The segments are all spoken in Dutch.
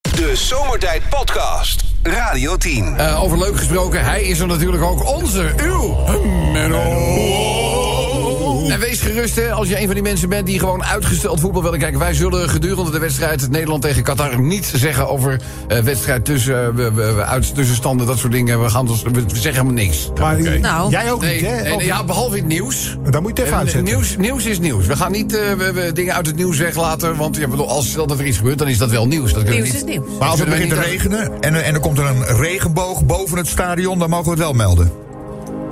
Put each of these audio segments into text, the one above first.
De Zomertijd Podcast. Radio 10. Eh, over leuk gesproken, hij is er natuurlijk ook onze, uw Menno. En wees gerust, hè, als je een van die mensen bent die gewoon uitgesteld voetbal willen kijken. Wij zullen gedurende de wedstrijd Nederland tegen Qatar niet zeggen over eh, wedstrijd tussen eh, we- we- we- uit, tussenstanden, dat soort dingen. We, gaan, dus- we we zeggen helemaal niks. Maar Nou. jij ook Nee, niet, hè? nee, Of- ja, behalve in het nieuws. Dan moet je het even Eh, uitzetten. Nieuws, nieuws is nieuws. We gaan niet eh, we, we dingen uit het nieuws weglaten. Want ja, bedoel, als stel dat er iets gebeurt, dan is dat wel nieuws. Dat kunnen we Nieuws niet- is nieuws. Maar als het kunnen we begint te niet- regenen en, en er komt er een regenboog boven het stadion, dan mogen we het wel melden.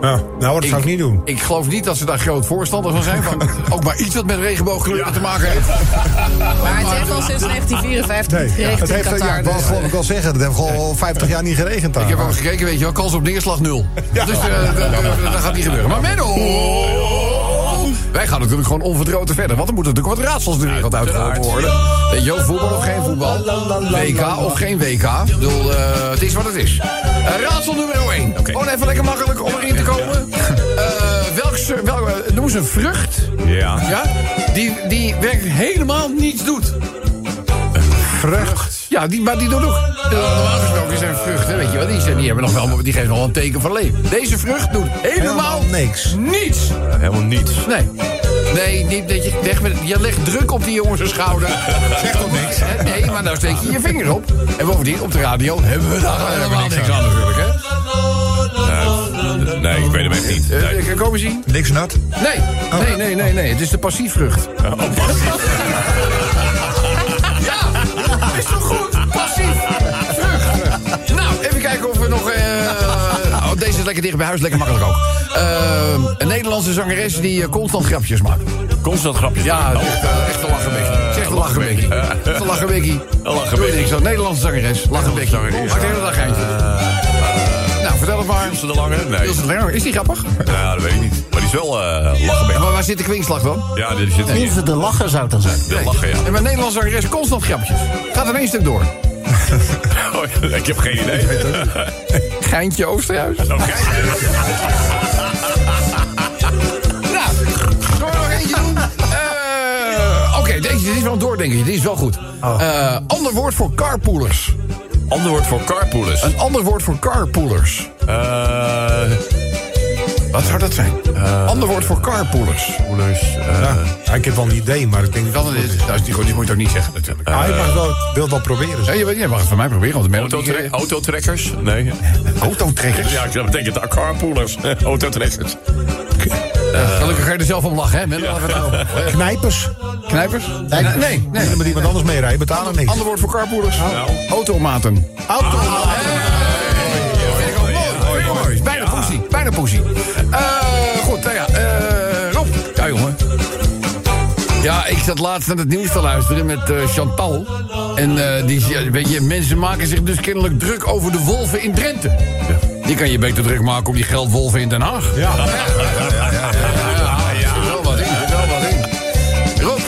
Ja, nou, dat zou ik niet doen. Ik geloof niet dat ze daar groot voorstander van zijn. Van ook maar iets wat met regenboogkleuren te maken heeft. Maar het heeft al sinds 1954 Nee, niet ja, geregend het in eh, heeft, ja, Qatar. ik wou dus- gewoon ik wel zeggen, het heeft gewoon al 50 jaar niet geregend daar. Ik heb ook gekeken, weet je wel, kans op neerslag nul. Dus eh, d- d- d- dat gaat niet gebeuren. Maar Menno! Wij gaan natuurlijk gewoon onverdroten verder. Want er moeten natuurlijk wat raadsels de wereld uitgeholpen worden. Weet je wel, voetbal of geen voetbal? WK of geen WK? Ik bedoel, eh, het is wat het is. Eh, raadsel nummer 1. Gewoon even lekker makkelijk om erin te komen. Eh welk, ser- wel, eh, noem eens een vrucht. Ja. Ja? Die, die werkelijk helemaal niets doet. Vrucht. Ja, die, maar die doet ook. Normaal gesproken zijn vruchten, weet je wel, die, zijn, die, hebben nog wel, die geven nog wel een teken van leven. Deze vrucht doet helemaal, Helemaal niks. Niets. Helemaal niets. Nee. Nee, niet, dat je, leg, met- je legt druk op die jongens' schouder. Zegt toch niks? Nee, maar nou steek je je vinger op. En bovendien, op de radio hebben we daar helemaal niks aan natuurlijk, hè? Nee, nee, ik weet hem echt niet. Eh, Nee. eh, Komen zien? Niks nat. Nee. Nee, nee, nee, nee. Het is de passiefvrucht. Ja, is toch goed? Passief. Vrucht. Nou, even kijken of we nog... eh, oh, deze is lekker dicht bij huis, lekker makkelijk ook. Eh, een Nederlandse zangeres die eh, constant grapjes maakt. Constant grapjes. Ja, maken. echt, eh, echt een lachenbekkie. Echt een lachenbekkie. Echt een lachenbekkie. Een lachenbekkie. Doe niks aan. Nederlandse zangeres. Lachenbekkie. zangeres. Maakt de hele dag geintjes. Nou, vertel het maar. Ilse de Lange? Nee. Ilse de Lange, Is die grappig? Ja, dat weet ik niet. Maar die is wel eh lachen Maar bij. waar zit de kwinkslag dan? Ja, die zit hier. Even de lachen zou het dan zijn. De lachen, ja. En mijn Nederlandse zangeres constant grapjes. Gaat er één stuk door. Oh, ik heb geen idee. Geintje Oosterhuis. Oké. Nou, zullen we er nog eentje doen? Eh, Oké, deze dit is wel een doordenkertje. Die is wel goed. Eh, ander woord voor carpoolers. Ander woord voor carpoolers. Een ander woord voor carpoolers. Eh, Wat zou dat zijn? Eh, ander woord voor carpoolers. Poolers. eh, Ja, ik heb wel een idee, maar ik denk dat... Dat is, dat is niet goed, die moet je ook niet zeggen natuurlijk. Ah, ik mag wel, ik wil het wel proberen. Nee, je, weet- je mag het van mij proberen, want de autotrek- melodie... Autotrekkers? Nee. Autotrekkers? Ja, dat betekent dat carpoolers. Autotrekkers. Eh, Gelukkig ga je er zelf om lachen, hè? Menno? Laten we het houden. Eh, Knijpers. Knijpers? Nee, Knijpers. nee. nee. Dan moet iemand anders mee rijden, betalen niks. Ander woord voor carpoolers? Nou. Automaten. Auto. Mooi, mooi. Bijna poesie, bijna poesie. Eh, goed, nou ja, eh, Rob. Ja, jongen. Ja, ik zat laatst naar het nieuws te luisteren met eh, Chantal. En eh, die, ja, weet je, mensen maken zich dus kennelijk druk over de wolven in Drenthe. Die kan je beter druk maken om die geldwolven in Den Haag. Ja, ja, ja. ja, er zit wel wat in, er zit wel wat in. Rob,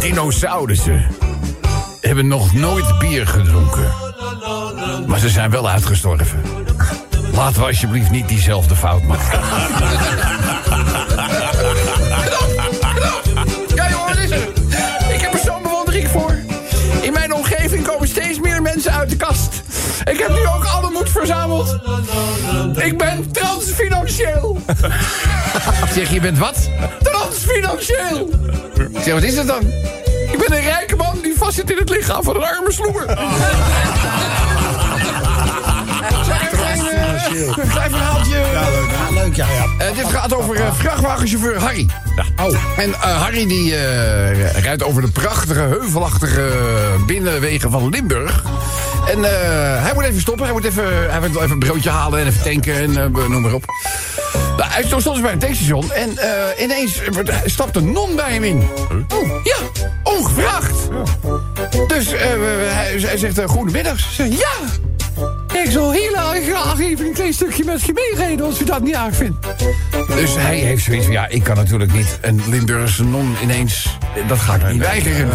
dinosaurussen hebben nog nooit bier gedronken. Maar ze zijn wel uitgestorven. Laten we alsjeblieft niet diezelfde fout maken. Ja, joh, wat is er? Ik heb er zo'n bewondering voor. In mijn omgeving komen steeds meer mensen uit de kast. Ik heb nu ook alle moed verzameld. Ik ben transfinancieel. Zeg, je bent wat? Transfinancieel. Ik zeg, wat is dat dan? Ik ben een rijke man die vastzit in het lichaam van een arme sloeber. Zeg, een klein, eh, een klein verhaaltje. Ja, leuk, ja. Eh, dit gaat over eh, vrachtwagenchauffeur Harry. En eh, Harry die eh, rijdt over de prachtige, heuvelachtige binnenwegen van Limburg. En eh, hij moet even stoppen. Hij moet even, hij wil even een broodje halen en even tanken en eh, noem maar op. Nou, hij stond soms bij een tankstation en eh, ineens wordt- stapt een non bij hem in. Oh, ja, ongevraagd. Dus eh, hij, hij zegt eh, goedemiddag. Ze zegt, ja, ik zou heel erg graag even een klein stukje met je meerijden als u dat niet erg vindt. Dus hij heeft zoiets van, ja, ik kan natuurlijk niet een Limburgse non ineens... Dat ga ik niet weigeren.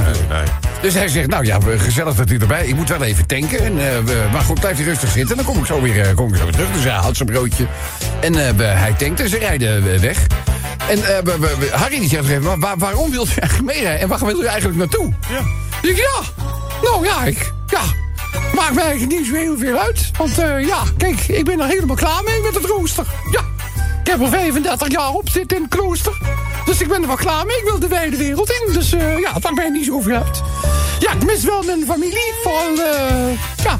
Dus hij zegt, nou ja, gezellig dat u erbij... Ik moet wel even tanken, en, eh, we- maar goed, blijf je rustig zitten... en dan kom ik zo weer, eh, kom ik zo weer terug. Dus hij haalt zijn broodje en eh, we- hij tankt en ze rijden eh, weg. En eh, we- we- we- Harry die zegt op een gegeven moment, "Waar- waarom wilt u eigenlijk meerijden? En waar wilt u eigenlijk naartoe? Ja. Ik, ja, nou ja, ik... Ja, Maakt mij eigenlijk niet zo heel veel uit. Want eh, ja, kijk, ik ben er helemaal klaar mee met het rooster. Ja, ik heb er 35 jaar op zitten in het klooster. Dus ik ben er wel klaar mee. Ik wil de wijde wereld in. Dus eh, ja, het maakt mij niet zoveel uit. Ja, ik mis wel mijn familie. Vooral, eh, ja,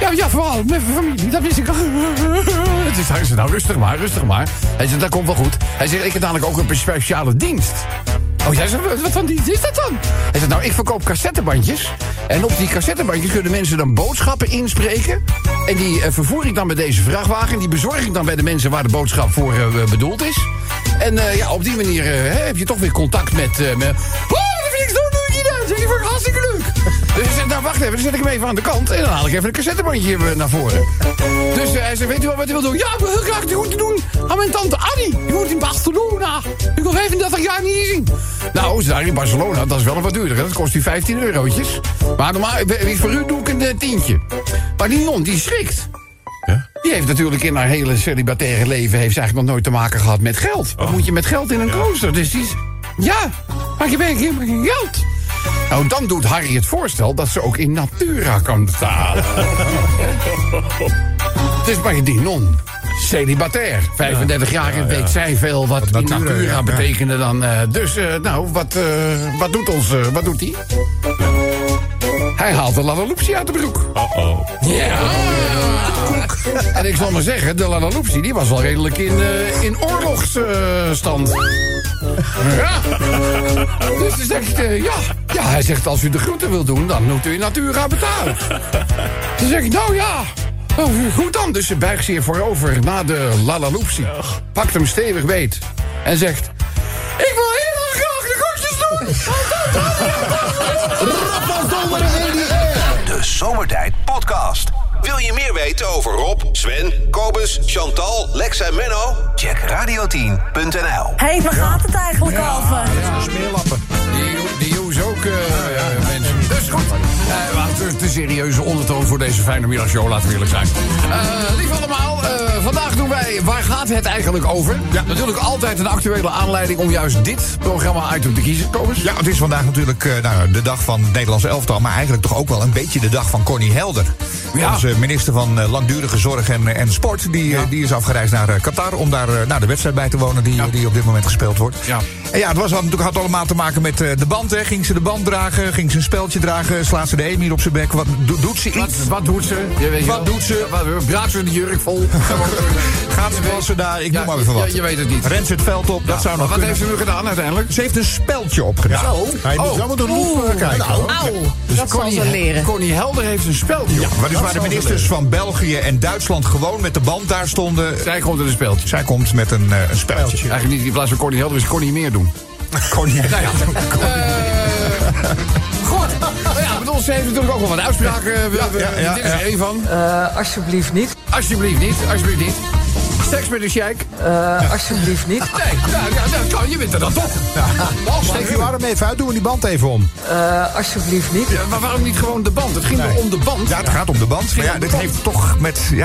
ja, ja, vooral mijn familie. Dat mis ik. Het is, hij zegt, nou rustig maar, rustig maar. Hij zegt, dat komt wel goed. Hij zegt, ik heb dadelijk ook een speciale dienst. Oh, jij zegt, wat- wat van dienst is dat dan? Hij zegt, nou, ik verkoop cassettebandjes. En op die cassettebandjes kunnen mensen dan boodschappen inspreken. En die eh, vervoer ik dan met deze vrachtwagen. Die bezorg ik dan bij de mensen waar de boodschap voor eh, bedoeld is. En eh, ja, op die manier eh, hè, heb je toch weer contact met... eh, met- Oh, dat vind ik zo leuk gedaan. Zeg, die vond ik hartstikke leuk. Dus hij zegt, nou, wacht even, dan zet ik hem even aan de kant. En dan haal ik even een cassettebandje eh, naar voren. Dus eh, hij zegt, weet u wel wat hij wil doen? Ja, ik wil heel graag de groeten doen aan mijn tante Annie. Die woont in Barcelona. Ik wil 35 jaar niet zien. Nou, ze daar in Barcelona, dat is wel wat duurder. hè. Dat kost u 15 eurotjes. Maar normaal, eh, eh, voor u doe ik een eh, tientje. Maar die non, die schrikt. Die heeft natuurlijk in haar hele celibataire leven... heeft ze eigenlijk nog nooit te maken gehad met geld. Oh. Wat moet je met geld in een klooster? Dus die is... Ja, maar je bent helemaal geen geld. Nou, dan doet Harry het voorstel dat ze ook in natura kan betalen. Het is maar die non. Celibatair. 35 jaar en weet zij veel wat, in natura, natura, ja. betekende dan. eh, dus, eh, nou, wat, eh, wat doet ons... eh, wat doet hij? Hij haalt de Lalaoopsie uit de broek. Uh-oh. Ja. En ik zal maar zeggen, de Lalaoopsie die was wel redelijk in, eh, in oorlogsstand. ja. Dus hij zegt, eh, ja. ja, hij zegt als u de groeten wilt doen, dan moet u in natura betalen. Ze zegt, nou ja. Oh, goed dan. Dus ze buigt zich voorover na de Lalaoopsie. Pakt hem stevig beet. En zegt, ik wil heel erg graag de groetjes doen. De Zomertijd Podcast. Wil je meer weten over Rob, Sven, Kobus, Chantal, Lex en Menno? Check radio10.nl. Hé, hey, waar gaat het eigenlijk over? Smeerlappen. Die- Die jongens ook, eh, mensen. Dus goed, eh, we houden de serieuze ondertoon voor deze fijne middagshow, laten we eerlijk zijn. Eh lief allemaal, eh, vandaag doen wij Waar gaat het eigenlijk over? Ja. Natuurlijk altijd een actuele aanleiding om juist dit programma-item te kiezen, Kobus. Ja, het is vandaag natuurlijk eh, nou, de dag van het Nederlands elftal... maar eigenlijk toch ook wel een beetje de dag van Connie Helder. Ja. Onze minister van eh, Langdurige Zorg en, eh, en Sport... Die, eh, die is afgereisd naar eh, Qatar om daar eh, nou, de wedstrijd bij te wonen... Die, die op dit moment gespeeld wordt. Ja. En ja, het was, had natuurlijk had allemaal te maken met eh, de band. Hè. Ging ze de band dragen, ging ze een speldje dragen... slaat ze de emir op zijn bek, wat, do- doet ze Wat, iets? wat doet ze? Je weet Wat wel. doet ze? Wat, braakt ze de jurk vol? Gaat ze wel eh, ze daar, ik noem maar even ja, wat. je weet het niet. Rent ze het veld op, dat zou maar wat nog kunnen. heeft ze nu gedaan uiteindelijk? Ze heeft een speldje opgedaan. Hij moet Oh. wel met een loep eh, kijken. Nou, hoor. Auw, Oh. Dus Dus dat zal ze leren. Connie Helder heeft een speltje. Ja, Ja. maar dus waar de ministers van België en Duitsland gewoon met de band daar stonden. Zij komt in een speeltje. Zij komt met een, eh, een spijltje. Eigenlijk niet in plaats van Connie Helder, is Connie meer doen. Eh, Kon je- Goed. Nou ja, met ons heeft natuurlijk ook wel wat uitspraken. eh, we- we- ja, ja, dit is er ja. één van. Eh, Alsjeblieft niet. Alsjeblieft niet, alsjeblieft niet. Seks met een sheik. Eh, alsjeblieft niet. Nee, nou, ja, dat kan, je bent er dan toch. Oh, Steek steek uw je arm even uit, doen we die band even om. Eh, alsjeblieft niet. Ja, maar waarom niet gewoon de band? Het ging er om de band. Ja, het gaat om de band. Maar ja, dit heeft toch met. Ja,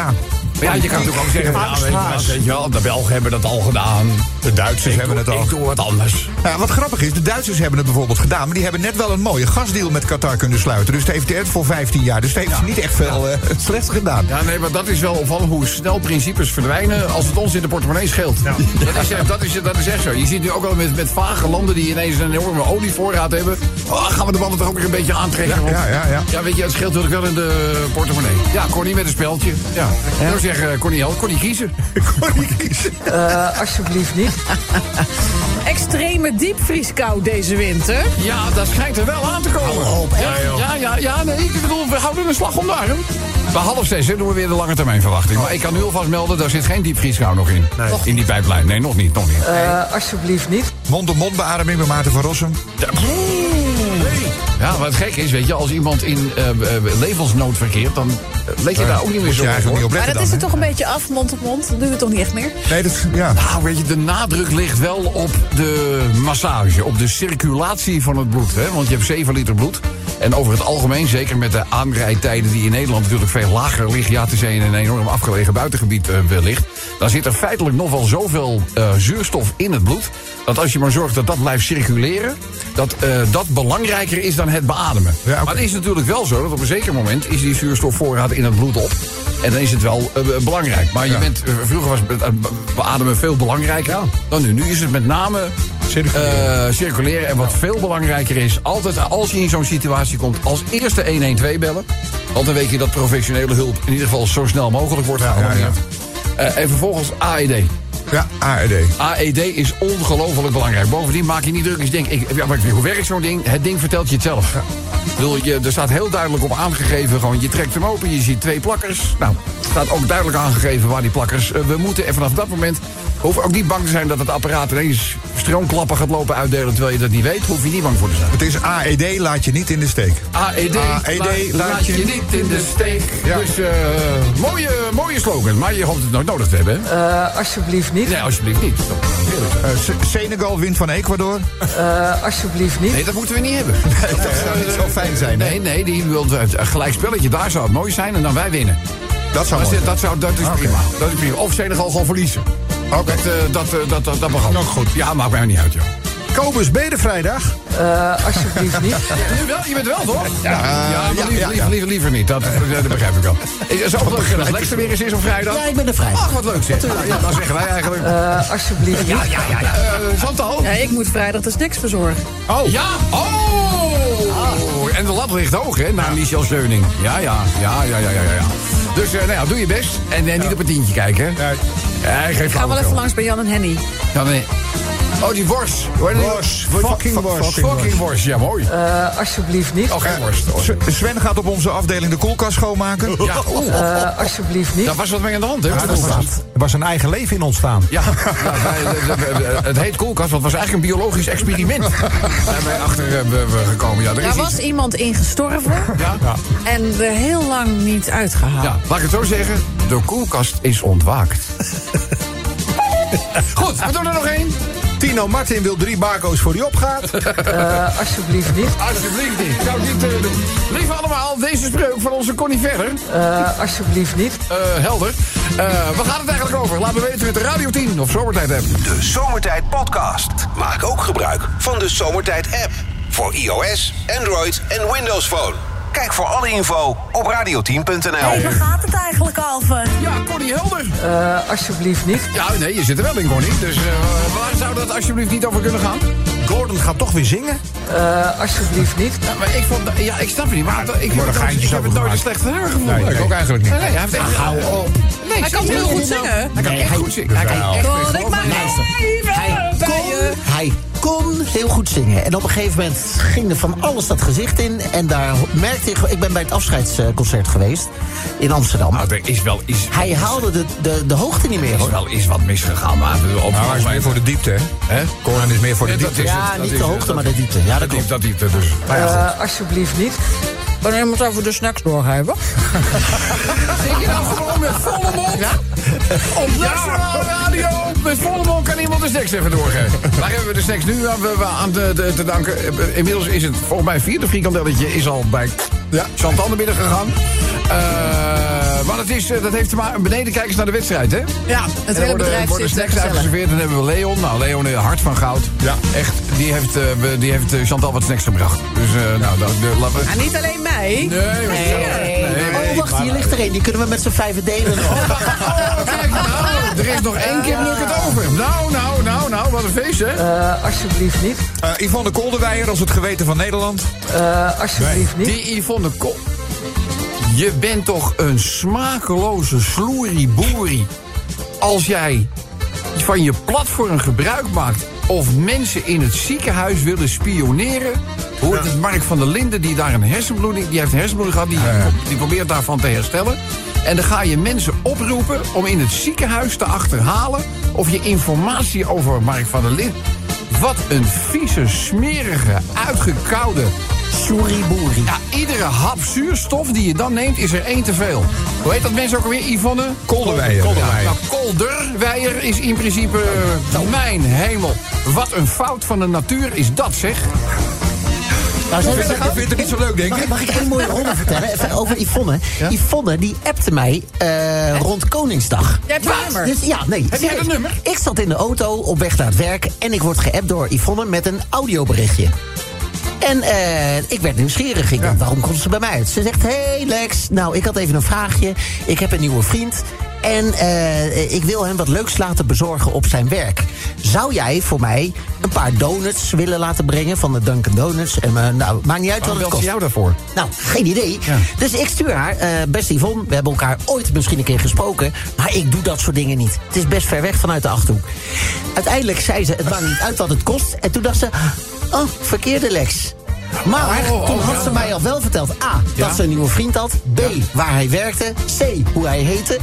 Ja, je kan natuurlijk ook zeggen, nou, weet je wat, weet je wel, de Belgen hebben dat al gedaan. de Duitsers hebben het al. Ik doe wat anders. Ja, wat grappig is, de Duitsers hebben het bijvoorbeeld gedaan. Maar die hebben net wel een mooie gasdeal met Qatar kunnen sluiten. Dus het heeft echt voor 15 jaar. Dus het heeft niet echt veel eh, slechts gedaan. Ja, nee, maar dat is wel opvallend hoe snel principes verdwijnen als het ons in de portemonnee scheelt. Dat, is, echt- dat, is, dat is echt zo. Je ziet nu ook wel met, met vage landen die ineens een enorme olievoorraad hebben. Oh, gaan we de ballen toch ook weer een beetje aantrekken? want- ja, ja, ja. weet je, het scheelt natuurlijk wel in de portemonnee. Ja, Connie met een speldje. Ja. Ik zou zeggen, Connie Hel, Connie kiezen. Eh, alsjeblieft niet. Extreme diepvrieskou deze winter. Ja, dat schijnt er wel aan te komen. ja, ja, ja, ja, nee, ik bedoel, we houden een slag om de arm. Bij half zes hè, doen we weer de lange termijn verwachting. Maar ik kan nu alvast melden, daar zit geen diepvrieskou nog in. In die pijplijn. Nee, nog niet, nog niet. Eh, alsjeblieft niet. Mond-op-mond beademing bij Maarten van Rossum. Ja, wat gek is, weet je, als iemand in eh, eh, levensnood verkeert, dan eh, let je daar ook niet meer Moet zo je op. eigenlijk niet hoor. op Maar letten dat is er dan, toch een beetje af, mond op mond. Dat doen we toch niet echt meer? hè? Nee, dat, ja. Nou, weet je, de nadruk ligt wel op de massage, op de circulatie van het bloed. Hè? Want je hebt 7 liter bloed. En over het algemeen, zeker met de aanrijdtijden die in Nederland natuurlijk veel lager liggen. Ja, het is een, een enorm afgelegen buitengebied eh, wellicht. Dan zit er feitelijk nog wel zoveel eh, zuurstof in het bloed. Dat als je maar zorgt dat dat blijft circuleren, dat eh, dat belangrijker is dan het beademen. Ja, oké. Maar het is natuurlijk wel zo dat op een zeker moment is die zuurstofvoorraad in het bloed op. En dan is het wel eh, belangrijk. Maar je bent, eh, vroeger was be- eh, be- beademen veel belangrijker dan nu. Nu is het met name circuleren. circuleren. En wat veel belangrijker is, altijd als je in zo'n situatie komt, als eerste 112 bellen. Want dan weet je dat professionele hulp in ieder geval zo snel mogelijk wordt gealarmeerd. Eh, en vervolgens AED. Ja, ARD. AED E is ongelooflijk belangrijk. Bovendien maak je niet druk als je denkt, ik, ja, maar hoe werkt zo'n ding? Het ding vertelt je het zelf. Ik bedoel, je, er staat heel duidelijk op aangegeven, gewoon, je trekt hem open, je ziet twee plakkers. Nou, er staat ook duidelijk aangegeven waar die plakkers... eh, we moeten, en vanaf dat moment hoef ook niet bang te zijn... dat het apparaat ineens stroomklappen gaat lopen uitdelen... terwijl je dat niet weet, hoef je niet bang voor te zijn. Het is AED, laat je niet in de steek. AED, AED, E laat, laat je niet in de steek. Ja. Dus eh, mooie, mooie slogan, maar je hoopt het nooit nodig te hebben. hè? Eh, alsjeblieft niet. Nee, alsjeblieft niet. Dat moet eerlijk zijn. Eh, Se- Senegal wint van Ecuador. Eh, alsjeblieft niet. Nee, dat moeten we niet hebben. Dat zou niet zo fijn zijn, hè? Nee, nee, die wil het een gelijk spelletje. Daar zou het mooi zijn en dan wij winnen. Dat zou Dat, mooi is- dat, zou, dat is Oké. prima. Dat is prima. Of Senegal gewoon verliezen. Oké. Dat, eh, dat, eh, dat, dat, dat mag ook. goed. Ja, maakt mij niet uit, joh. Kobus, vrijdag. Eh, alsjeblieft niet. Nu wel, je bent wel, toch? Ja, maar ja, liever, ja, liever, ja. liever, liever niet. Dat, eh, dat, begrijp ik wel. Is het ook leuk dat Lex er weer eens is op vrijdag? Ja, ik ben er vrij. Ach, wat leuk zeg. Nou, ja, dan zeggen wij eigenlijk... Eh, alsjeblieft niet. ja, ja, ja. Eh, Chantal? Ja, ik moet vrijdag de snacks verzorgen. Oh. Ja? Oh! En de lat ligt hoog, hè, naar Michel Steuning. Ja, ja, ja, ja, ja, ja, ja. Dus eh, nou ja, doe je best. En eh, niet op het tientje kijken. hè. Nee. Ja, geen Ik ga wel even langs bij Jan en Henny. Ja, nee. Oh, die worst. Worst. Fucking worst. Fucking worst, ja, mooi. Eh, alsjeblieft niet. Oh, geen worst. Oh, S- Sven gaat op onze afdeling de koelkast schoonmaken. Ja, oeh. Eh, alsjeblieft niet. Daar was wat mee aan de hand, hè? met de Er koelkast. was een eigen leven in ontstaan. Ja, ja, wij- de- de- de- het heet koelkast, want het was eigenlijk een biologisch experiment. Daar zijn wij achter eh, we- we gekomen. Ja, er Daar is was iets. iemand in gestorven Ja? en er heel lang niet uitgehaald. Ja, laat ik het zo zeggen. De koelkast is ontwaakt. Goed, we doen er nog één. Tino Martin wil drie barco's voor die opgaat. Eh, alsjeblieft niet. Alsjeblieft niet. Zou ik niet eh, doen. Lieve allemaal, deze spreuk van onze Connie Verder. Eh, alsjeblieft niet. Eh, helder. Eh waar gaat het eigenlijk over? Laat me weten met de Radio 10 of Zomertijd hebben. De Zomertijd Podcast. Maak ook gebruik van de Zomertijd app. Voor iOS, Android en Windows Phone. Kijk voor alle info op Hey, radio10.nl. waar gaat het eigenlijk over? Ja, Connie Helder. Eh, alsjeblieft niet. Ja, nee, je zit er wel in, Connie. Dus eh, waar zou dat alsjeblieft niet over kunnen gaan? Gordon gaat toch weer zingen. Eh, alsjeblieft niet. Ja, maar ik, vond, ja, ik snap het niet. Maar ik, heb worden het nooit- geintjes ik heb het over nooit een gemaakt. slechte haar gevonden. Nee, ik ook eigenlijk niet. Nee, hij heeft echt... Hou op. Nee, Hij kan heel goed zingen. Hij kan echt goed zingen. Hij kan echt Kon ik maar even Hij bij kon, je. hij kon heel goed zingen. En op een gegeven moment ging er van alles dat gezicht in. En daar merkte ik... Ik ben bij het eh, afscheidsconcert geweest in Amsterdam. Nou, er is wel iets... Hij haalde de, de, de hoogte niet meer, Er is hoor. wel iets wat misgegaan, maar... Nou, Maar is meer voor de diepte, hè? Hè? Conan is meer voor de Ja, dat diepte. is het. Ja, dat niet is de het, hoogte, dat maar is de diepte. Ja, dat Dat klopt. diep, dat diepte dus. Eh, alsjeblieft niet. Wanneer moet over de snacks doorgeven? Zit je nou gewoon met volle mond? Op nationale radio, met volle mond kan iemand de snacks even doorgeven. Waar hebben we de snacks nu aan, we- we- aan te, te, te danken? Eh, Inmiddels is het volgens mij vierde frikandelletje is al bij ja. Chantal naar binnen gegaan. Eh, maar dat, is, eh, dat heeft te maken... Beneden kijkers naar de wedstrijd, hè? Ja, het En hele er worden, bedrijf worden zit snacks gezellig. uitgeserveerd. Dan hebben we Leon. Nou, Leon, eh, hart van goud. Ja. Echt, die heeft, eh, we- die heeft eh, Chantal wat snacks gebracht. Dus, eh, nou, dat, de, laten we... En niet alleen mij. Nee, maar- nee, nee. Oh, wacht, hier ligt er een. Die kunnen we met z'n vijven delen. hoor. Oh, kijk nou, er is nog één keer het over. Nou, nou, nou, nou, wat een feest, hè? Eh, alsjeblieft niet. Eh, Yvonne Kolderweijer als het geweten van Nederland. Eh, alsjeblieft niet. Die Yvonne Kop. Je bent toch een smakeloze sloerieboerie. Als jij van je platform gebruik maakt... of mensen in het ziekenhuis willen spioneren... hoort het Mark van der Linden, die daar een hersenbloeding... die heeft een hersenbloeding gehad, die, die probeert daarvan te herstellen. En dan ga je mensen oproepen om in het ziekenhuis te achterhalen... of je informatie over Mark van der Linden... Wat een vieze, smerige, uitgekoude Soeriboeri. ja, iedere hap zuurstof die je dan neemt, is er één te veel. Hoe heet dat mensen ook alweer? Yvonne? Kolderweijer. Ja, nou, Kolderweijer is in principe... eh, mijn hemel. Wat een fout van de natuur is dat, zeg. Nou, Je ze- vindt het- je vindt het niet zo leuk, denk Mag, ik? mag ik één mooie ronde vertellen? Even over Yvonne. Yvonne die appte mij eh, rond Koningsdag. Jij hebt een nummer. Dus ja, nee. Heb jij dat nummer? Ik zat in de auto op weg naar het werk en ik word geappt door Yvonne met een audioberichtje. En eh, ik werd nieuwsgierig. Ik dacht, waarom komt ze bij mij uit? Ze zegt, hey Lex, nou ik had even een vraagje. Ik heb een nieuwe vriend. En eh, ik wil hem wat leuks laten bezorgen op zijn werk. Zou jij voor mij een paar donuts willen laten brengen van de Dunkin' Donuts? En, eh, nou, maakt niet uit wat het belt ze kost. jou daarvoor? Nou, geen idee. Dus ik stuur haar. eh, beste Yvonne, we hebben elkaar ooit misschien een keer gesproken. Maar ik doe dat soort dingen niet. Het is best ver weg vanuit de achterhoek. Uiteindelijk zei ze: het maakt niet uit wat het kost. En toen dacht ze: oh, verkeerde Lex. Maar Oh, toen had ze mij al wel verteld: A. Dat ze een nieuwe vriend had. B. Waar hij werkte. C. Hoe hij heette.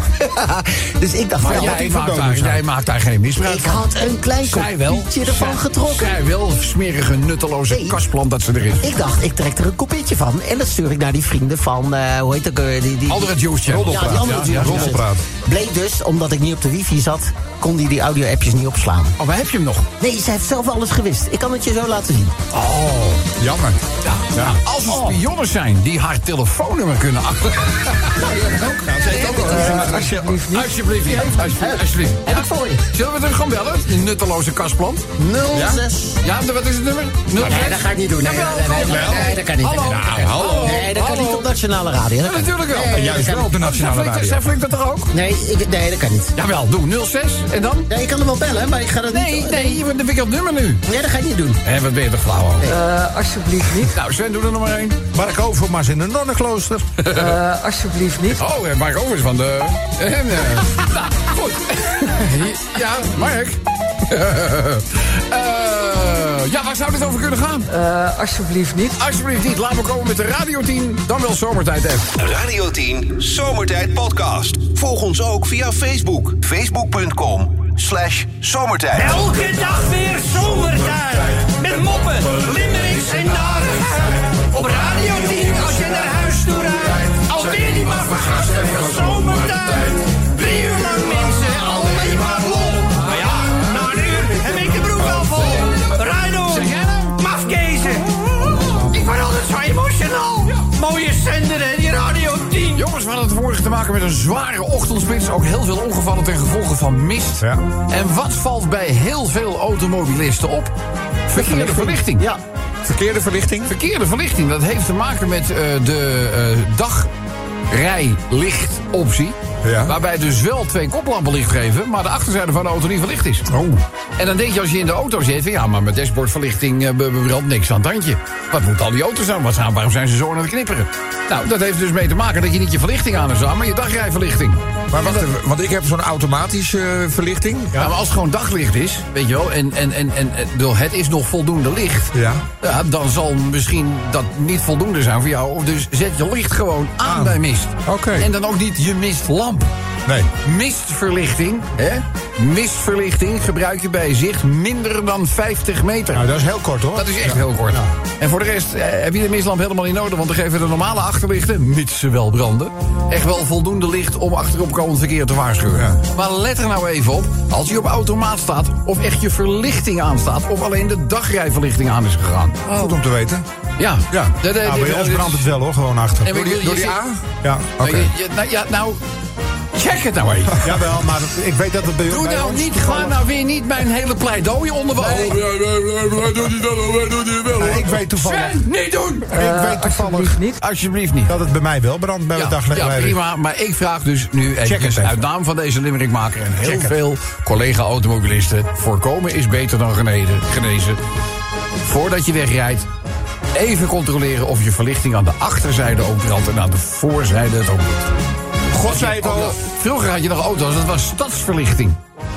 dus ik dacht: wel, jij, maakt daar, jij maakt daar geen misbruik ik van. had een klein Zij wel. kopietje ervan Zij- getrokken. Zij wel, smerige, nutteloze Nee. kastplant dat ze er is. Ik dacht, ik trek er een kopietje van. En dat stuur ik naar die vrienden van, eh, hoe heet dat? eh, die, die, Alderet Joostje. Ja, die andere Ja, ja, Joostje. roddelpraat. Bleek dus, omdat ik niet op de wifi zat, kon die die audio-appjes niet opslaan. Oh, waar heb je hem nog? Nee, ze heeft zelf alles gewist. Ik kan het je zo laten zien. Jammer. Ja. Nou, als er spionnen zijn die haar telefoonnummer kunnen achter. Nou, ze heeft ook wel- Alsjeblieft, ja, alsjeblieft, alsjeblieft. Heb ik voor je. Zullen we er gewoon bellen? Die nutteloze kastplant. 06. Ja, wat is het nummer? Nul- Nee, dat ga ik niet doen. Nee, nee, nee, nee, nee, nee, dat kan niet. Hallo. Nee, dat kan niet. Hallo. Nee, dat kan Hallo. niet op nationale radio. Dat Ja, kan niet. natuurlijk wel. Nee, Juist dat kan wel op de niet. nationale Flikt- radio. Zij flikt dat toch ook? Nee, ik, nee, dat kan niet. Jawel, doe 06 en dan? Nee, ik kan hem wel bellen, maar ik ga dat Nee, niet... nee, want dan vind ik dat nummer nu. Nee, dat ga ik niet doen. Hé, wat ben je toch flauw over? Eh, alsjeblieft niet. Nou, Sven, doe er nog maar één. Mark Overmars in een nonnenklooster. Eh, alsjeblieft niet. Oh, en Mark Overs van de... En, eh, nou, goed. ja, Mark. Eh, ja, waar zou dit over kunnen gaan? Eh, alsjeblieft niet. Alsjeblieft niet, laat me komen met de Radio 10. Dan wel Zomertijd F. Radio 10 Zomertijd Podcast. Volg ons ook via Facebook. Facebook.com slash zomertijd. Elke dag weer zomertijd. Met moppen, limericks en narigheid. Op Radio 10 als je naar huis toe rijdt. Alweer die maar vergasten van zomertijd. Drie uur lang mensen, alleen maar lol. Maar ja, na een uur heb ik de broek al vol. Rijd om, mafkezen. Ik word altijd zo emotional. Mooie zender en die Radio 10. Jongens, we hadden het vorige te maken met een zware ochtendspits. Ook heel veel ongevallen ten gevolge van mist. Ja. En wat valt bij heel veel automobilisten op? Verkeerde verlichting. Ja. Verkeerde verlichting. Verkeerde verlichting, dat heeft te maken met eh, de eh, dagrijlichtoptie. Ja. Waarbij dus wel twee koplampen licht geven, maar de achterzijde van de auto niet verlicht is. Oh. En dan denk je als je in de auto zit, van, ja, maar met dashboardverlichting eh, be- be- brandt niks aan het tandje. Wat moet al die auto's aan? Wat zijn, waarom zijn ze zo aan het knipperen? Nou, dat heeft dus mee te maken dat je niet je verlichting aan is aan, maar je dagrijverlichting. Maar wacht even, want ik heb zo'n automatische eh, verlichting. Nou, maar als het gewoon daglicht is, weet je wel, en, en, en, en eh, ik bedoel, het is nog voldoende licht. Ja. Ja, dan zal misschien dat niet voldoende zijn voor jou. Of Dus zet je licht gewoon aan, bij mist. Oké. En dan ook niet je mistlamp. Nee. Mistverlichting, hè? Mistverlichting gebruik je bij zicht minder dan 50 meter. Nou, dat is heel kort hoor. Dat is echt heel kort. En voor de rest eh, heb je de mistlamp helemaal niet nodig... want dan geven de normale achterlichten, mits ze wel branden... echt wel voldoende licht om achteropkomend verkeer te waarschuwen. Maar let er nou even op, als je op automaat staat... of echt je verlichting aanstaat... of alleen de dagrijverlichting aan is gegaan. Goed om te weten. Ja, Ja. dat Nou, bij ons brandt het wel hoor, gewoon En achter. we- Door die, je door die zit- A? Ja. Oké. Nou, je- je- nou, ja, nou, check het nou even. Jawel, maar dat- ik weet dat het bij Doe bij nou ons- niet, ga nou weer niet mijn hele pleidooi onder de ogen. Nou, Ik weet toevallig. Sven, niet doen! Ik weet toevallig Eh, Alsjeblieft niet. Alsjeblieft niet. dat het bij mij wel brandt bij Ja, mijn ja, dagleiding. prima. Maar ik vraag dus nu Check het even even. uit naam van deze limmerikmaker... en heel Check het. veel collega-automobilisten... voorkomen is beter dan genezen, genezen. Voordat je wegrijdt, even controleren... of je verlichting aan de achterzijde ook brandt... en aan de voorzijde het ook doet. God zei het al. Vroeger had je nog auto's, dat was stadsverlichting.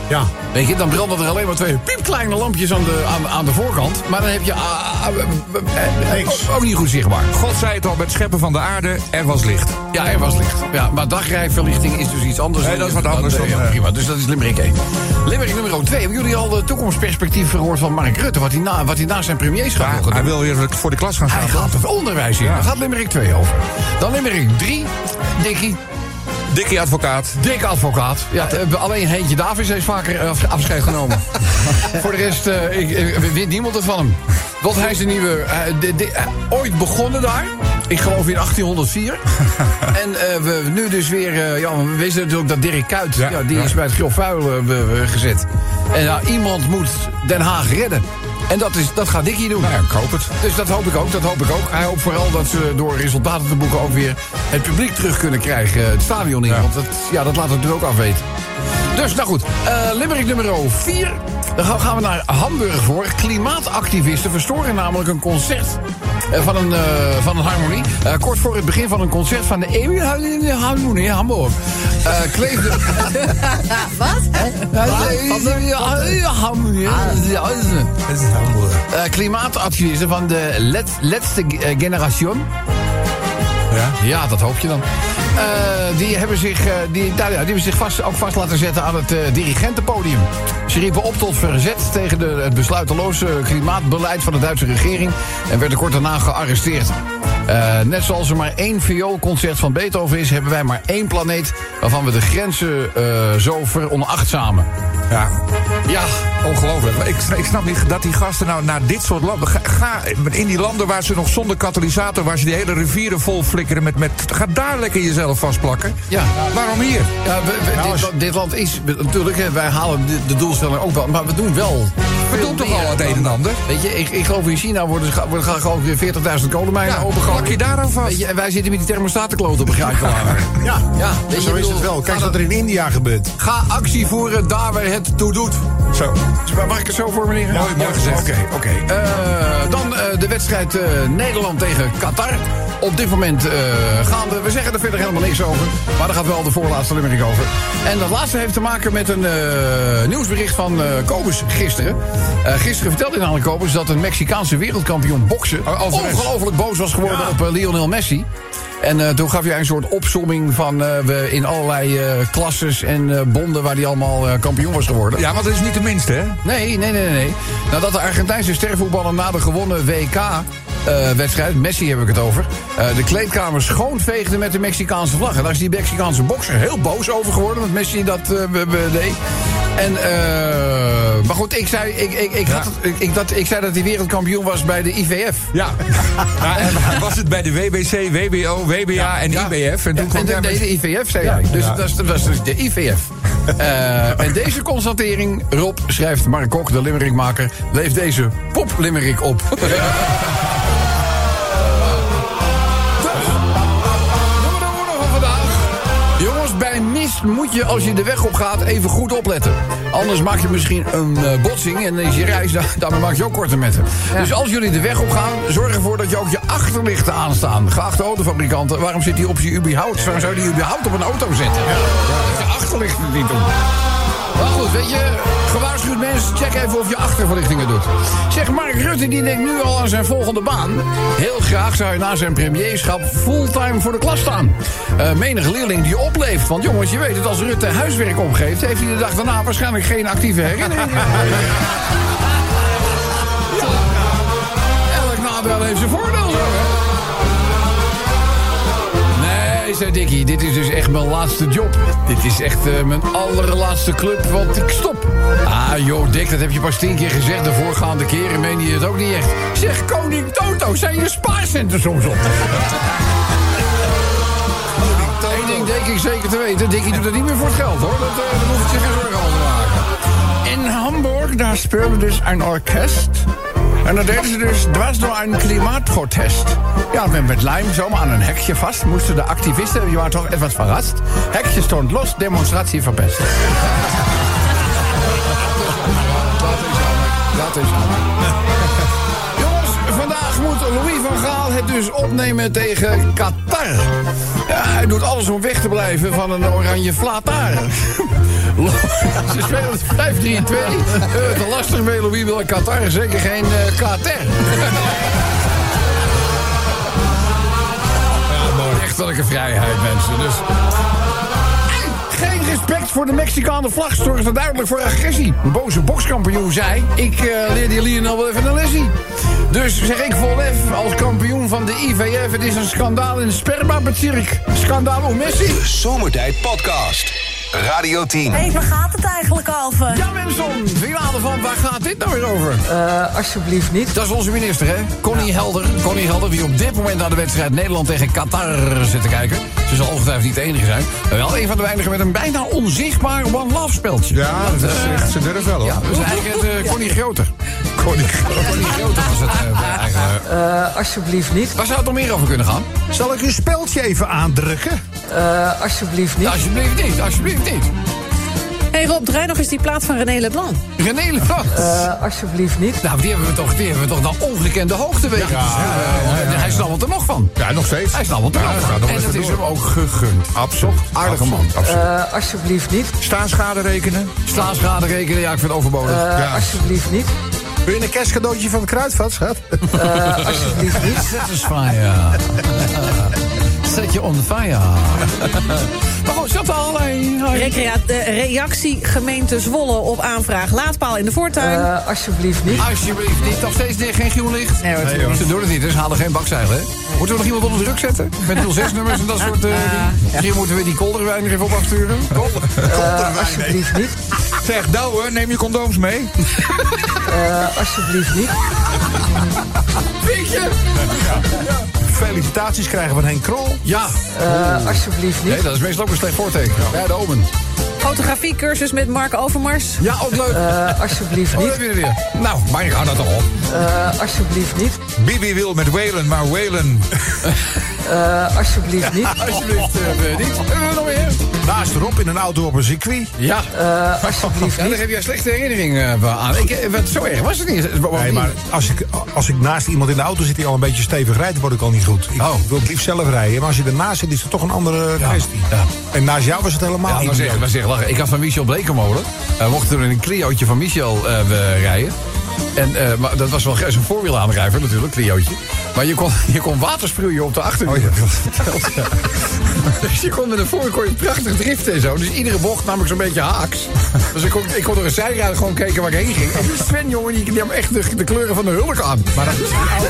Ja. Weet je, dan branden er alleen maar twee piepkleine lampjes aan de, aan, aan de voorkant. Maar dan heb je ah, ah, eh, eh, Niks. ook, ook niet goed zichtbaar. God zei het al, met scheppen van de aarde, er was licht. Ja, er was licht. Ja, maar dagrijverlichting is dus iets anders. Nee, dat is wat anders dan, ja, eh, prima, dus dat is Limerick 1. Limerick nummer 2. Hebben jullie al de toekomstperspectief gehoord van Mark Rutte? Wat hij na, wat hij na zijn premierschap wil gaan doen? Hij wil weer voor de klas gaan Hij staan. gaat het onderwijs in. Daar gaat Limerick 2 over. Dan Limerick 3. Dikkie. Dikkie advocaat. Dik advocaat. Ja, t- eh, alleen Heentje Davis heeft vaker eh, af- afscheid genomen. Voor de rest eh, ik, eh, wint niemand het van hem. Want hij is de nieuwe. eh, de- de- eh, ooit begonnen daar. Ik geloof in 1804. en eh, we nu dus weer. eh, ja, we wisten natuurlijk dat Dirk Kuyt. Ja, die is bij het Grof Vuil eh, be- be- gezet. En ja, iemand moet Den Haag redden. En dat, is, dat gaat Dickie doen. Nou ik hoop het. Dus dat hoop ik ook, dat hoop ik ook. Hij hoopt vooral dat ze door resultaten te boeken ook weer het publiek terug kunnen krijgen. eh, Het stadion in. Want dat, ja, dat laat het natuurlijk ook afweten. Dus, nou goed, eh Limerick nummer 4. Dan ga- gaan we naar Hamburg voor. Klimaatactivisten verstoren namelijk een concert eh, van een, eh, van een harmonie. Eh, kort voor het begin van een concert van de EU-harmonie in Hamburg. Eh kleefde... Wat? Ja, ja, ja, ja, harmonie, ja, ja, ja. Eh, Klimaatactivisten van de let, laatste eh, generation. Ja? dat hoop je dan. Eh, die, hebben zich, eh, die, daar- ja, die hebben zich vast, ook vast laten zetten aan het eh, dirigentenpodium. Ze riepen op tot verzet tegen de, het besluiteloze klimaatbeleid van de Duitse regering... en werden kort daarna gearresteerd. Eh, net zoals er maar één vioolconcert van Beethoven is... hebben wij maar één planeet waarvan we de grenzen eh, zo veronachtzamen. Ja. Ja, ongelooflijk. Maar Ik, ik snap niet dat die gasten nou naar dit soort landen. Ga, ga in die landen waar ze nog zonder katalysator, waar ze die hele rivieren vol flikkeren met. met ga daar lekker jezelf vastplakken. Ja. Waarom hier? Ja, we- we- dit, land- dit land is natuurlijk, hè, wij halen de, de doelstelling ook wel, maar we doen wel. We doen toch al het een en ander? Weet je, ik, ik geloof in China worden, ze- worden gaan gewoon weer 40.000 kolenmijnen Ja, open plak je daar aan vast. Weet je, en wij zitten met die thermostaten kloten op een Ja, ja weet je, zo is bedoel, het wel. Kijk ga wat er in India gebeurt. Ga actie voeren daar waar het toe doet. Zo. Mag ik het zo voor, meneer? Mooi, mooi gezegd. Oké, oké. Eh, dan eh, de wedstrijd eh, Nederland tegen Qatar. Op dit moment eh, gaande. We zeggen er verder helemaal niks over. Maar daar gaat wel de voorlaatste limerick over. En dat laatste heeft te maken met een eh, nieuwsbericht van eh Kobus gisteren. Eh, gisteren vertelde namelijk Kobus dat een Mexicaanse wereldkampioen boksen... ongelooflijk boos was geworden op eh, Lionel Messi. En eh, toen gaf jij een soort opsomming van eh, we in allerlei eh, klasses en eh, bonden waar hij allemaal eh, kampioen was geworden. Ja, want dat is niet de minste, hè? Nee, nee, nee, nee. Nadat de Argentijnse stervoetballer na de gewonnen WK-wedstrijd, Messi heb ik het over, eh, de kleedkamer schoonveegde met de Mexicaanse vlag. En daar is die Mexicaanse bokser heel boos over geworden, want Messi dat eh, we- we deed. En, eh, maar goed, ik zei, ik, ik, ik, had het- ik, ik, dat, ik zei dat hij wereldkampioen was bij de IVF. Ja. ja en eh, was het bij de WBC, WBO, WBA en Ja. IBF? En toen Ja, kwam en daar dat deed met- de IVF, zei hij. Dus dat is- dat was dus de IVF. Eh, en deze constatering, Rob, schrijft Mark Kok, de limmerikmaker... leeft deze poplimmerik op. Doe maar door nog vandaag. Jongens, bij mist moet je als je de weg op gaat even goed opletten. Anders maak je misschien een eh, botsing en is je reis, daar- daarmee maak je ook korte metten. Dus als jullie de weg op gaan, zorg ervoor dat je ook je achterlichten aanstaan. Geachte autofabrikanten, waarom zit die optie überhaupt? Waarom zou je die überhaupt op een auto zetten? Dat je achterlichten niet doen. Maar goed, weet je, gewaarschuwd mensen, check even of je achterverlichtingen doet. Zeg, Mark Rutte die denkt nu al aan zijn volgende baan. Heel graag zou hij na zijn premierschap fulltime voor de klas staan. Eh menig leerling die opleeft, want jongens, je weet het, als Rutte huiswerk opgeeft... heeft hij de dag daarna waarschijnlijk geen actieve herinnering. Elk nadeel heeft zijn voordeel, zo. Nee, zei Dickie, dit is dus echt mijn laatste job. Dit is echt eh, mijn allerlaatste club, want ik stop. Ah, joh, Dick, dat heb je pas tien keer gezegd. De voorgaande keren meende je het ook niet echt. Zeg, koning Toto, zijn je spaarcenten soms op? Eén ding denk ik zeker te weten. Dickie doet het niet meer voor het geld, hoor. Dat, eh, daar hoef je zich geen zorgen over te maken. In Hamburg, daar speelde dus een orkest. En dat deden ze dus dwars door een klimaatprotest. Ja, met, met lijm zomaar aan een hekje vast moesten de activisten, die waren toch etwas verrast. Hekje stond los, demonstratie verpest. Dat is Jongens, vandaag moet Louis van Gaal het dus opnemen tegen Qatar. Ja, hij doet alles om weg te blijven van een oranje flatar. Ze spelen het 5-3-2. Eh, te lastig mee, Louis wil in Qatar zeker geen eh Qatar. Rechtelijke vrijheid, mensen. Dus geen respect voor de Mexicaanse vlag zorgde duidelijk voor agressie. De boze bokskampioen zei: Ik eh, leer die Lionel wel even een lessie. Dus zeg ik vol lef als kampioen van de IVF: Het is een schandaal in sperma Schandaal om Messi. Zomertijd Podcast. Radio 10. hey, waar gaat het eigenlijk over? Ja, Wimson, finale van waar gaat dit nou weer over? eh, alsjeblieft niet. Dat is onze minister, hè? Connie Helder. Connie Helder, die op dit moment naar de wedstrijd Nederland tegen Qatar zit te kijken. Ze zal ongetwijfeld niet de enige zijn. Maar wel een van de weinigen met een bijna onzichtbaar one-love speltje. Ja, dat is echt, ze durven wel hoor. Ja, dus eigenlijk het, eh, Connie Groter. Connie Connie Groter was het eh, eigenlijk. Eh, alsjeblieft niet. Waar zou het nog meer over kunnen gaan? Zal ik uw speeltje even aandrukken? Eh, alsjeblieft niet. Alsjeblieft niet, alsjeblieft niet. hey Rob, draai nog eens die plaat van René Leblanc. René Leblanc. Eh, alsjeblieft niet. Nou, die hebben we toch, die hebben we toch naar ongekende hoogte weten. te zetten. Hij snabbelt er nog van. Ja, nog steeds. Hij snabbelt er Ja, nog hij nou gaat van. nog En even dat is door. hem ook gegund. Absoluut. Aardige man. Absoluut, Absoluut. Eh, alsjeblieft niet. Staatsschade rekenen. Staatsschade rekenen, ja, ik vind het overbodig. Eh, Ja. Alsjeblieft niet. Wil je een kerstcadeautje van het kruidvat, schat? Eh, alsjeblieft niet. Set us fire. Set you on the fire. maar goed, dat al. hey, hey. Recrea de reactie gemeente Zwolle op aanvraag. Laadpaal in de voortuin. Eh, alsjeblieft niet. Alsjeblieft, niet. Nog steeds niet, geen groen licht. Nee, hoor. joh. Ze doen het niet, dus halen geen bakzeilen. hè? Moeten we nog iemand onder druk zetten? Met 06-nummers en dat soort eh dingen. Misschien moeten we die kolderwijn er even op afsturen. Eh, alsjeblieft niet. Zeg, douwe, neem je condooms mee. Eh, alsjeblieft niet. Felicitaties krijgen van Henk Krol. Ja, Eh, alsjeblieft niet. nee, dat is meestal ook een slecht voorteken. Ja, de omen. Fotografiecursus met Mark Overmars. Ja, ook leuk. Eh, alsjeblieft Oh, niet. dat weer weer. Nou, maar ik hou dat toch op. Eh, alsjeblieft niet. Bibi wil met Whalen, maar Whalen. Eh, alsjeblieft niet. Alsjeblieft, eh, niet. Hebben we nog meer? Naast erop in een auto op een circuit. Ja. Eh, alsjeblieft Ja, daar niet. heb jij slechte herinnering eh, aan. Ik, eh, wat, zo erg was het niet. Het was- Nee, maar als ik, als ik naast iemand in de auto zit die al een beetje stevig rijdt, word ik al niet goed. Ik Oh. wil het liefst zelf rijden. Maar als je ernaast zit, is het toch een andere Ja, kwestie. ja. En naast jou was het helemaal Ja, niet. maar zeg, maar zeg, lachen. Ik had van Michel Blekemolen. Eh mocht er een Clio'tje van Michel eh, we rijden. En, eh, maar dat was wel ge- is een voorwielaandrijver natuurlijk, Clio'tje. Maar je kon, je kon water sproeien op de achterwiel. dus je kon met een voor kon je prachtig driften en zo. Dus iedere bocht nam ik zo'n beetje haaks. Dus ik kon, ik kon door een zijrijder gewoon kijken waar ik heen ging. En die Sven, jongen, die nam echt de, de kleuren van de hulk aan. Oh, Maar dat,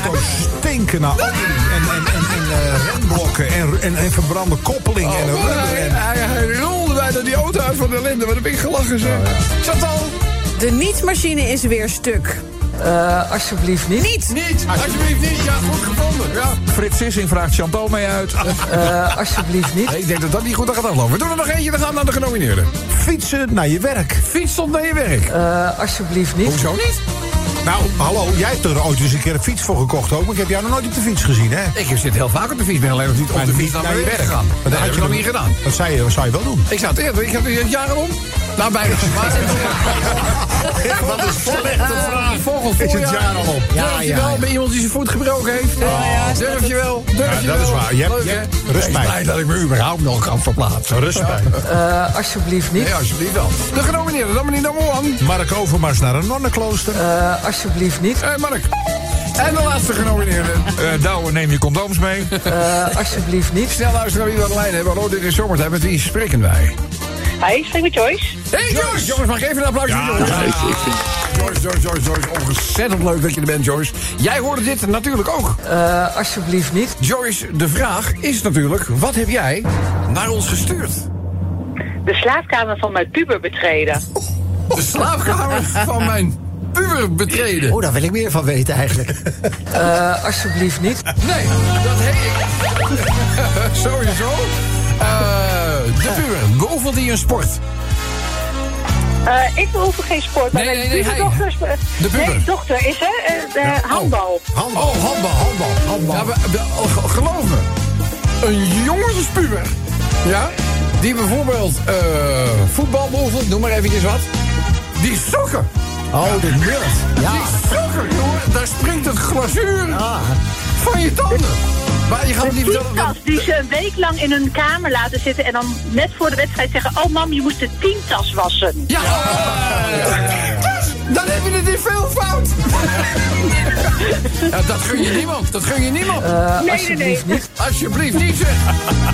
Auto's stinken naar olie en, en, en, en eh, remblokken en, en, en verbrande koppeling en Oh, rubber. hij, En, hij, hij rolde bijna die auto uit van de ellende. Maar dan ben ik gelachen, zeg. Zat al. De nietmachine is weer stuk. Eh, alsjeblieft niet. Niet! Niet, alsjeblieft niet. Ja, goed gevonden. Ja. Frits Sissing vraagt Chantal mee uit. Eh, alsjeblieft niet. Ik denk dat dat niet goed aan gaat aflopen. We doen er nog eentje, dan gaan we naar de genomineerden. fietsen naar je werk. Fiets stond naar je werk. Eh, alsjeblieft niet. Hoezo niet? Nou, hallo, jij hebt er ooit eens een keer een fiets voor gekocht ook. Maar ik heb jou nog nooit op de fiets gezien, hè? Ik zit heel vaak op de fiets, ben alleen nog niet op Maar de fiets naar naar mijn je werk werk. gaan. Maar Dat heb je nog dan- niet gedaan. Dat zou je, dat zou je wel doen. Ik zou het eerder, ik heb het jaren om. Nou, bijna. Wat een slechte vraag. Volgend Is het voorjaar. jaar al op? Durf je wel bij iemand die zijn voet gebroken heeft? Durf je wel? Durf Ja, je dat wel? is waar. Je hebt- Leuk, je hè? hebt rustpijn. Ik ben blij dat ik me überhaupt nog kan verplaatsen. Rustpijn. Eh, alsjeblieft niet. Nee, alsjeblieft wel. De genomineerden, dan meneer nummer 1. Mark Overmars naar een nonnenklooster. Eh, alsjeblieft niet. Eh, Mark. En de laatste genomineerde. Eh douwe, neem je condooms mee. Eh, alsjeblieft niet. Snel luisteren wie we aan de lijn hebben. Hallo, dit is Zomertijd. Met wie spreken wij? Hi, ik spreek met Joyce. Hey Joyce! Jongens, mag ik even een applaus voor Joyce? Joyce, Joyce, Joyce, Joyce. Ontzettend leuk dat je er bent, Joyce. Jij hoorde dit natuurlijk ook. Eh, alsjeblieft niet. Joyce, de vraag is natuurlijk... wat heb jij naar ons gestuurd? De slaapkamer van mijn puber betreden. De slaapkamer van mijn puber betreden. Oh, daar wil ik meer van weten eigenlijk. Eh, alsjeblieft niet. Nee, dat heet ik. Sowieso. Eh, de puber, beoefent hij een sport? Eh, ik behoef geen sport, maar Nee, mijn nee, nee, puberdochter is- De puber. Nee, dochter is hè, eh, de handbal. Handbal. Oh, handbal, handbal, handbal. Ja, we- we- oh, ge- geloof me, een jongenspuber, ja, die bijvoorbeeld eh voetbal beoefent, noem maar eventjes wat, die sokken. Oh, de nerd. Ja. Die sokken, jongen, daar springt het glazuur van je tanden. Maar je gaat het niet De vertellen... dat- tientas die ze een week lang in hun kamer laten zitten... en dan net voor de wedstrijd zeggen... oh mam, je moest de tientas wassen. Ja, dan heb je het in veel fout. Ja, dat gun je niemand, dat gun je niemand. nee, nee, nee. Alsjeblieft niet. Alsjeblieft niet, zeg.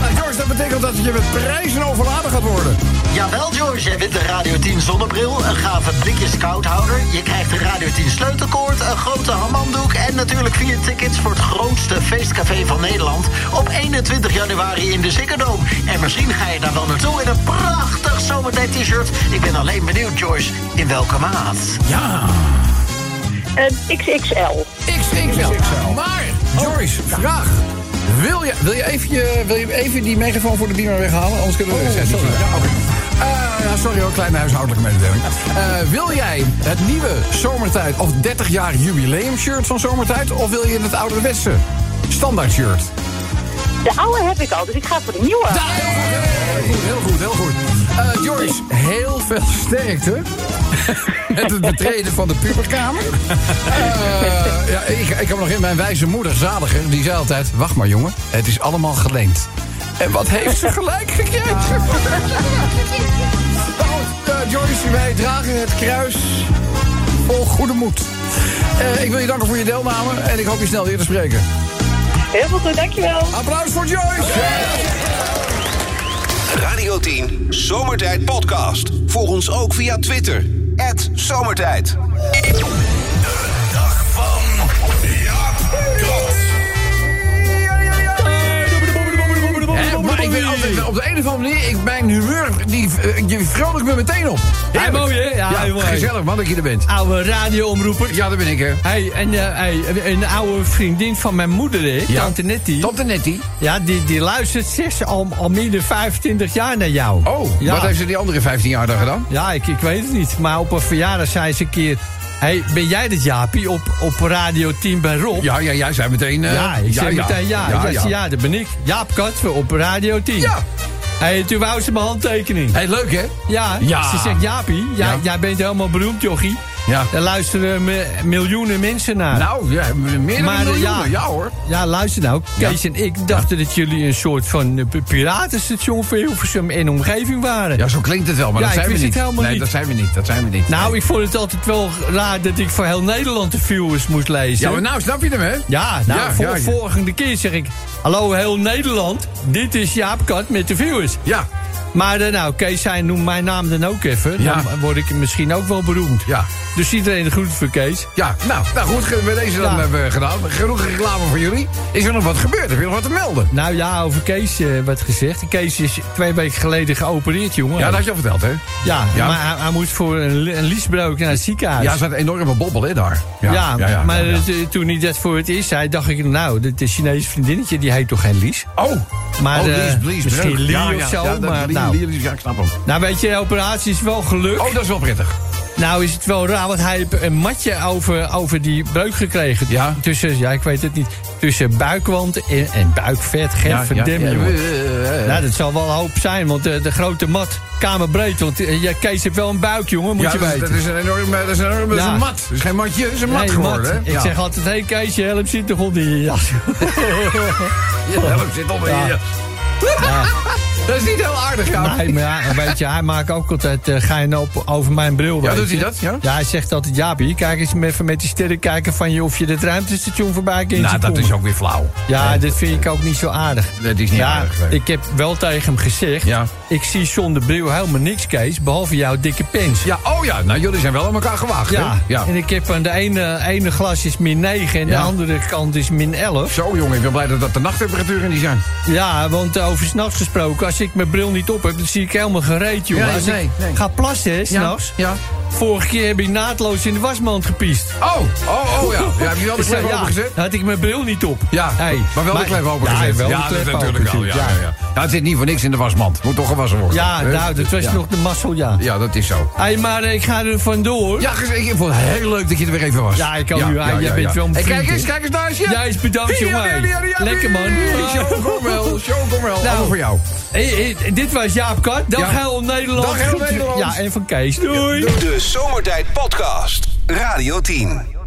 Nou, Joyce, dat betekent dat je met prijzen overladen gaat worden. Jawel, George, jij wint een Radio 10 zonnebril, een gave blikjes koudhouder. Je krijgt een Radio 10 sleutelkoord, een grote hamamdoek... en natuurlijk vier tickets voor het grootste feestcafé van Nederland... op 21 januari in de Ziggo Dome. En misschien ga je daar wel naartoe in een prachtig zomertijd-t-shirt. Ik ben alleen benieuwd, George, in welke maat? Ja. eh, XXL. XXL. Maar, Joyce, vraag. Wil je, wil, je even je, wil je even die megafoon voor de beamer weghalen? Anders kunnen we de recensie Oh, sorry. zien. Ja, oké. Eh, ja, sorry hoor, kleine huishoudelijke mededeling. Eh, wil jij het nieuwe Zomertijd of 30 jaar jubileum shirt van Zomertijd... of wil je het ouderwetse standaard shirt? De oude heb ik al, dus ik ga voor de nieuwe. Heel goed, heel goed, heel goed. Eh, Joyce, heel veel sterkte. Met het betreden van de puberkamer. Eh, ja, ik, ik heb nog in mijn wijze moeder, zadiger, die zei altijd... Wacht maar jongen, het is allemaal geleend. En wat heeft ze gelijk gekregen? Nou, eh, Joyce, wij dragen het kruis vol goede moed. Eh, ik wil je danken voor je deelname en ik hoop je snel weer te spreken. Heel veel goed, dankjewel. Applaus voor Joyce! Radio 10 Zomertijd Podcast. Volg ons ook via Twitter. Zomertijd. Hè, maar ik ben altijd, op de een of andere manier, ik, mijn humeur, die, eh, je vrolijk me meteen op. Heerlijk. mooi, hè? Ja, heel mooi. gezellig, man dat je er bent. Oude radioomroeper. Ja, dat ben ik, hè. Hey, en eh, hey, een oude vriendin van mijn moeder, hè? Ja. Tante Nettie. Tante Nettie? Ja, die, die luistert zes al, al meer dan 25 jaar naar jou. Oh, ja. Wat heeft ze die andere 15 jaar dan gedaan? Ja, ik, ik weet het niet. Maar op een verjaardag zei ze een keer... hey, ben jij dat Jaapie op, op Radio 10 bij Rob? Ja, ja, jij zei meteen... eh, ja, ik ja, zei ja. meteen ja. Ja, Ja, ja. ja. dat ben ik. Jaap Katver op Radio 10. Ja. hey, toen wou ze mijn handtekening. hey, leuk hè? Ja, Ja. ze zegt Jaapie, jij, Ja. jij bent helemaal beroemd jochie. Ja. Daar luisteren me- miljoenen mensen naar. Nou, ja, meer dan Maar, eh, miljoenen, ja. ja. hoor. Ja, luister nou. Kees en ik dachten dat jullie een soort van eh, p- piratenstation voor Hilversum en omgeving waren. Ja, zo klinkt het wel, maar Ja, dat ik zijn we wist niet. het helemaal nee, niet. dat zijn we niet, dat zijn we niet. Nou, ik vond het altijd wel raar dat ik voor heel Nederland de viewers moest lezen. Ja, maar nou snap je hem, hè? Ja, nou, Ja, voor ja, ja. volgende keer zeg ik... Hallo, heel Nederland, dit is Jaap Kat met de viewers. Ja. Maar eh, nou, Kees zei, noem mijn naam dan ook even. Ja. Dan word ik misschien ook wel beroemd. Ja. Dus iedereen de groeten voor Kees. Ja, nou, nou goed, bij deze dan Ja. hebben we gedaan. Genoeg reclame voor jullie. Is er nog wat gebeurd? Heb je nog wat te melden? Nou ja, over Kees eh, werd gezegd. Kees is twee weken geleden geopereerd, jongen. Ja, dat had je al verteld, hè? Ja, Ja. maar hij, hij moest voor een, li- een liesbreuk naar het ziekenhuis. Ja, er zat een enorme bobbel, hè, daar. Ja, maar ja. eh, toen hij dat voor het eerst zei, dacht ik... nou, dat de Chinese vriendinnetje, die heet toch geen Lies? Oh, maar, oh, eh, Lies, Lies, misschien leuk. Lee ja, of ja, zo, ja, dat- maar Lee, nou. Lee, Lee, ja, ik snap hem. Nou, weet je, de operatie is wel gelukt. Oh, dat is wel prettig. Nou is het wel raar, want hij heeft een matje over, over die breuk gekregen. Ja. Tussen, ja, ik weet het niet, tussen buikwand en, en buikvet. Geen Ja, ja, verdemmen, ja. jongen. Eh, eh, eh. Nou, dat zal wel een hoop zijn, want eh, de, de grote mat, kamerbreed. Want eh, ja, Kees heeft wel een buik, jongen, moet Ja, je dat, is- weten. dat is een enorme, dat is een enorme, dat is Ja. een mat. Dat is geen matje, dat is een mat Nee, geworden, hè? Ik Ja. zeg altijd, hé hey, Keesje, help zit toch onder je jas. Ja, help, zit onder Ja. hier. Dat is niet heel aardig, ja. Nee, maar ja, weet je, hij maakt ook altijd eh, gein op over mijn bril. Ja, weet doet hij je. dat, ja? hij zegt altijd, Jaapie, kijk eens even met die sterren kijken van je... of je het ruimtestation voorbij kunt Nou, zien dat komen. is ook weer flauw. Ja, dit vind ik ook niet zo aardig. Dat is niet ja, aardig, nee. Ik heb wel tegen hem gezegd... ik zie zonder bril helemaal niks, Kees, behalve jouw dikke pens. Ja, oh ja, nou, jullie zijn wel aan elkaar gewaagd, Ja. hè? Ja. en ik heb aan de ene, ene glas is min 9 en Ja. de andere kant is min 11. Zo, jongen, ik ben blij dat dat de nachttemperaturen in die zijn. Ja, want over s'nachts gesproken, als ik mijn bril niet op heb, dan zie ik helemaal gereed, jongen. Ja, als nee, ik nee. ga plassen, hè, s'nachts. ja. Vorige keer heb ik naadloos in de wasmand gepiest. Oh, oh, oh ja. Ja, heb je wel de Ik zei, klep ja, opengezet? Had ik mijn bril niet op. Ja, Hey, maar wel de klep opengezet. Ja, wel de ja dat klep is natuurlijk wel. Ja, opengezet, ja. Ja, Ja, het zit niet voor niks in de wasmand. Moet toch gewassen worden. Ja, Hè? nou, dat was Ja. nog de mazzel, ja. Ja, dat is zo. Hé, maar eh, ik ga er vandoor. Ja, gez- ik vond het heel leuk dat je er weer even was. Ja, ik kan nu. Ja, jij bent wel een Hey, vriend, kijk eens, hè? kijk eens daar. Ja, Jij is bedankt, jongen. Lekker, man. Nou. Show, kom wel. Show, kom wel. Allemaal voor jou. hé, hé, dit was Jaap Kat. Dag Ja. heel Nederland. Dag heel Nederland. Ja, en van Kees. Doei. De Zomertijd Podcast. Radio 10.